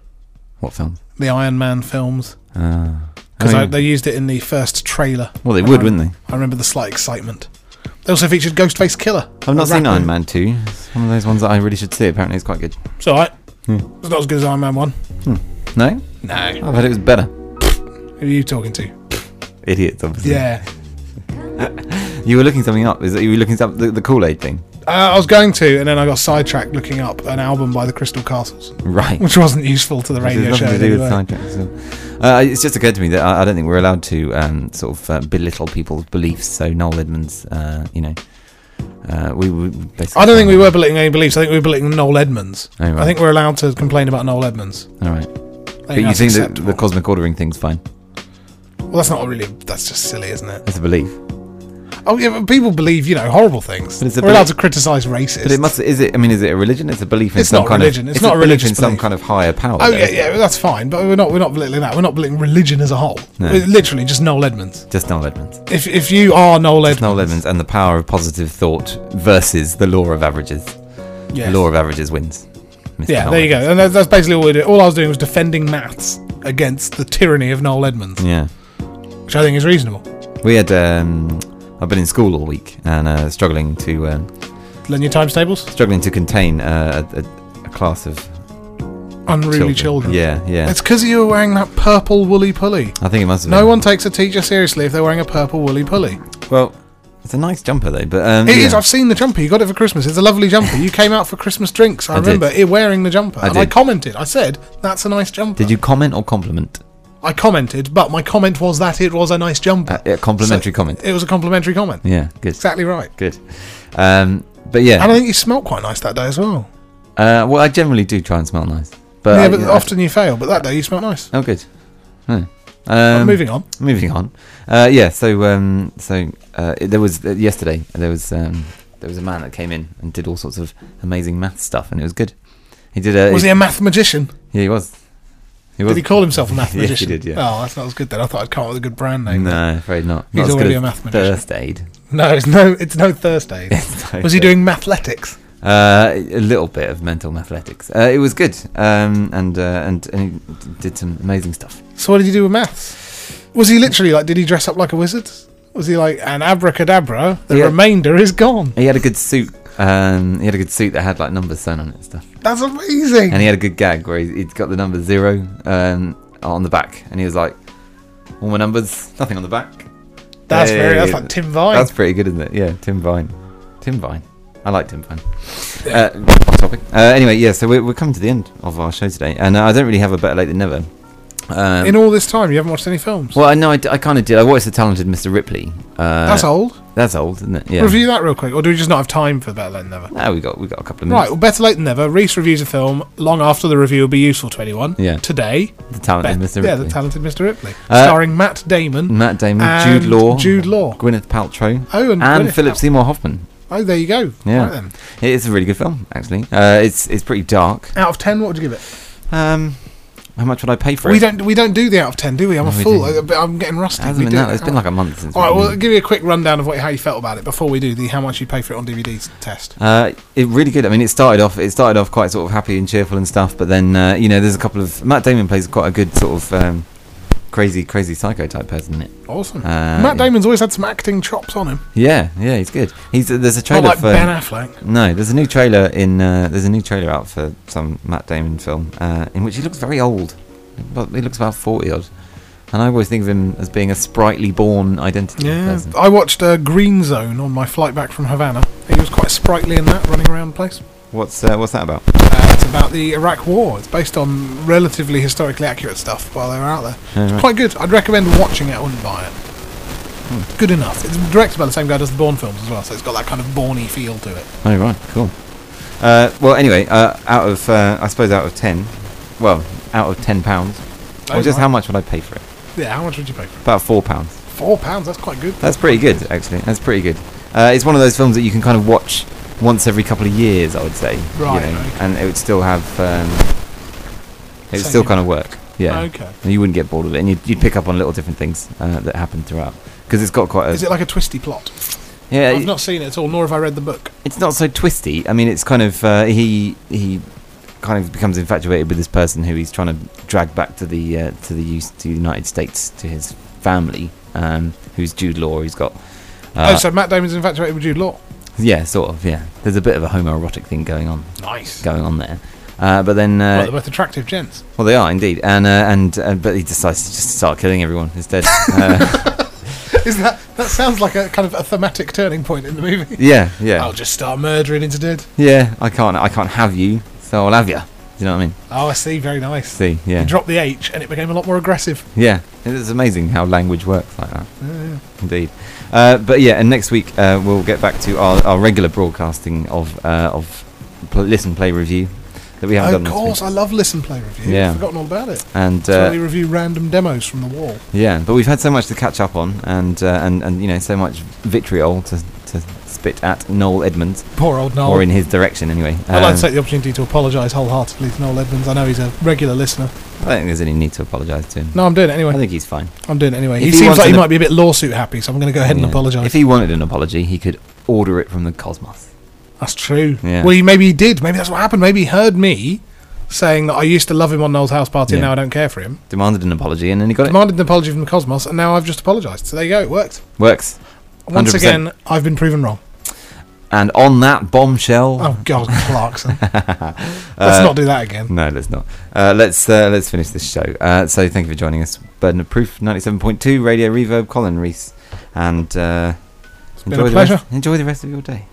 What films?
the Iron Man films,
Ah.
because
Oh, yeah.
they used it in the first trailer.
well, they would, wouldn't they?
I remember the slight excitement. They also featured Ghostface Killer.
I've not
a
seen
rapper.
Iron Man 2. It's one of those ones that I really should see. Apparently, it's quite good.
It's alright.
Hmm.
It's not as good as Iron Man 1.
No?
No.
I thought it was better.
Who are you talking to?
Idiots, obviously.
Yeah.
You were looking something up. Is it, you were looking up the, the Kool Aid thing?
Uh, I was going to, and then I got sidetracked looking up an album by the Crystal Castles,
Right.
which wasn't useful to the
This
radio
has
show.
nothing to do with
anyway.
sidetracks. Uh, it's just occurred to me that I, I don't think we're allowed to um, sort of uh, belittle people's beliefs. So Noel Edmonds, uh, you know, uh, we were basically.
I don't think we were belittling any beliefs. I think we were belittling Noel Edmonds.
Oh, right.
I think we're allowed to complain about Noel Edmonds.
All right,
I
but you
that's
think that
acceptable.
the cosmic ordering thing's fine?
well, that's not really. That's just silly, isn't it?
That's a belief.
Oh, yeah, but people believe you know horrible things.
But it's a
We're
belief-
allowed to criticise racists.
But it must. Is it? I mean, is it a religion? It's a belief in
It's
some
not
kind
religion.
of.
It's not a
belief
religious
in some
belief.
kind of higher power.
Oh
though,
yeah,
isn't
yeah,
it?
that's fine. But we're not we're not belittling that. We're not belittling religion as a whole.
No.
We're literally just Noel Edmonds.
Just Noel Edmonds.
If if you are Noel Edmonds,
Noel Edmonds and the power of positive thought versus the law of averages.
yeah,
The law of averages wins. Mr.
yeah,
Noel
there you go. And that's, that's basically all we do. All I was doing was defending maths against the tyranny of Noel Edmonds,
Edmonds. Yeah.
which I think is reasonable.
We had. Um, I've been in school all week and uh, struggling to um,
Learn your times tables.
struggling to contain uh, a, a, a class of
Unruly children.
Yeah, yeah.
It's because you were wearing that purple woolly pulley.
I think it must. Have
No
been.
one takes a teacher seriously if they're wearing a purple woolly pulley.
Well, it's a nice jumper though. But um,
It is-
yeah.
I've seen the jumper. You got it for Christmas. It's a lovely jumper. You came out for Christmas drinks. I,
I did.
remember it wearing the jumper.
I
and I
did.
commented. I said, "That's a nice jumper."
Did you comment or compliment?
I commented, but my comment was that it was a nice jumper.
Uh, yeah, complimentary
So,
comment.
It was a complimentary comment.
Yeah, good.
Exactly right.
Good. Um, but yeah,
And I think you smelled quite nice that day as well.
uh, well, I generally do try and smell nice. But uh,
yeah,
I-
but
I-
often you fail. But that day you smelled nice.
Oh, good. Huh.
But
Um,
moving on.
Moving on. Uh, yeah. So um, so uh, it- there was uh, yesterday. There was um, there was a man that came in and did all sorts of amazing math stuff, and it was good. He did a.
Was he a math magician?
yeah, he was. He was.
Did he call himself a math
Yes, he
magician?
did, yeah.
Oh, that's not as good then. I thought I'd come up with a good brand name.
No, afraid not.
He's
Not as good
already
as uh,
a mathematician.
First aid.
No, it's no, it's no Thursday. was he doing mathletics?
Uh, a little bit of mental mathletics. Uh, it was good, um, and, uh, and and he d- did some amazing stuff.
So what did you do with maths? Was he literally like? Did he dress up like a wizard? Was he like an abracadabra? The
Yeah.
remainder is gone.
He had a good suit. Um, he had a good suit that had like numbers sewn on it and stuff.
That's amazing.
And he had a good gag where he, he'd got the number zero um, on the back, and he was like, "All my numbers, nothing on the back."
that's
Hey.
very. That's like Tim Vine.
That's pretty good, isn't it? Yeah, Tim Vine. Tim Vine. I like Tim Vine. Uh, off topic. Uh, anyway, yeah. So we're, we're coming to the end of our show today, and uh, I don't really have a better late than never. Um,
In all this time, you haven't watched any films.
Well, I know I, kind of did. I watched the talented Mr. Ripley. Uh,
That's old.
That's old, isn't it? Yeah.
Review that real quick, or do we just not have time for Better Late Than Never?
Ah, we got we got a couple of
Right,
minutes.
well, Better Late Than Never. Reese reviews a film long after the review will be useful to anyone.
Yeah.
Today,
The talented
Bet-
Mr. Ripley.
yeah, The Talented Mr. Ripley.
Uh,
starring Matt Damon.
Matt Damon,
and
Jude Law,
Jude Law.
Gwyneth Paltrow,
Oh, and Gwyneth
Philip
Paltrow.
Seymour Hoffman.
Oh, there you go.
Yeah,
Right then.
It is a really good film, actually. Uh, it's it's pretty dark.
Out of 10, what would you give it?
Um, how much would I pay for
We
it?
don't we don't do the out of ten, do we? I'm
No,
a
we
fool.
didn't.
I, but I'm getting rusty.
It hasn't
We
been
do
that.
it
It's been
out.
like a month since.
All right,
we
well, give you a quick rundown of what how you felt about it before we do the how much you pay for it on DVD test.
Uh, it really good. I mean, it started off. It started off quite sort of happy and cheerful and stuff. But then, uh, you know, there's a couple of Matt Damon plays quite a good sort of um, crazy, crazy psycho type person in it.
Awesome.
Uh,
Matt
yeah.
Damon's always had some acting chops on him.
Yeah, yeah, he's good. He's uh, there's a
Not
trailer
like
for
Ben Affleck.
no. There's a new trailer in uh, there's a new trailer out for some Matt Damon film uh, in which he looks very old. But he looks about forty odd, and I always think of him as being a sprightly born identity
Yeah,
person.
I watched uh, Green Zone on my flight back from Havana. He was quite sprightly in that, running around the place.
What's uh, what's that about?
Uh, it's about the Iraq War. It's based on relatively historically accurate stuff while they were out there.
Yeah,
it's
right.
quite good. I'd recommend watching it. I wouldn't buy it.
Hmm.
Good enough. It's directed by the same guy who does the Bourne films as well, so it's got that kind of Bourne-y feel to it.
Oh right, cool. Uh, well, anyway, uh, out of uh, I suppose out of ten, well, out of ten pounds,
Oh,
or just
right.
how much would I pay for it?
Yeah, how much would you pay for it?
About four pounds.
Four pounds. That's quite good.
That's pretty good, actually. That's pretty good. Uh, it's one of those films that you can kind of watch once every couple of years, I would say. you
Right,
know,
okay.
And it would still have. Um, it
Same
would still
impact.
kind of work. Yeah.
Okay.
And you wouldn't get bored of it, and you'd, you'd pick up on little different things uh, that happen throughout. Because it's got quite a.
Is it like a twisty plot?
yeah,
I've not seen it at all, nor have I read the book.
it's not so twisty. I mean, it's kind of uh, he he kind of becomes infatuated with this person who he's trying to drag back to the uh, to the U- to the United States to his family, um, who's Jude Law. He's got
oh, so Matt Damon's infatuated with Jude Law.
Yeah, sort of. Yeah, there's a bit of a homoerotic thing going on
Nice.
going on there. Uh, but then,
Well,
uh,
they're both attractive gents.
well, they are indeed, and uh, and uh, but he decides to just start killing everyone instead. uh,
Isn't that that sounds like a kind of a thematic turning point in the movie?
yeah, yeah,
I'll just start murdering instead.
yeah. I can't, I can't have you, so I'll have you. You know what I mean?
Oh, I see. Very nice.
See, yeah,
You dropped the H, and it became a lot more aggressive.
yeah. It's amazing how language works like that. Indeed. Uh, but yeah, and next week uh, we'll get back to our, our regular broadcasting of uh, of pl- listen play review that we haven't done
of
this
course,
week.
I love listen play review.
Yeah.
I've forgotten all about it.
And
So
uh,
we review random demos from the wall.
Yeah, but we've had so much to catch up on, and uh, and and you know so much vitriol to to spit at Noel Edmonds
Poor old Noel.
or in his direction anyway.
I'd like
Um,
to take the opportunity to apologise wholeheartedly to Noel Edmonds. I know he's a regular listener.
I don't think there's any need to apologise to him.
No, I'm doing it
I
anyway.
think he's fine.
I'm doing it anyway.
If
He
he
seems
wants
like he
an-
might be a bit lawsuit happy, so I'm going to go ahead
Yeah.
and apologise.
If he wanted an apology, he could order it from the Cosmos.
That's true.
Yeah.
Well, he, maybe he did. Maybe that's what happened. Maybe he heard me saying that I used to love him on Noel's house party and
Yeah.
now I don't care for him.
Demanded an apology, and then he got
Demanded an apology from Cosmos and now I've just apologised. So there you go. It worked.
it. Works.
Once
100%.
again, I've been proven wrong.
And on that bombshell.
Oh, God, Clarkson. Let's not do that again.
No, let's not. Uh, let's uh, let's finish this show. Uh, so thank you for joining us. Burden of Proof, ninety-seven point two, Radio Reverb, Colin Reese, and uh,
been a
enjoy the
pleasure.
Rest, enjoy the rest of your day.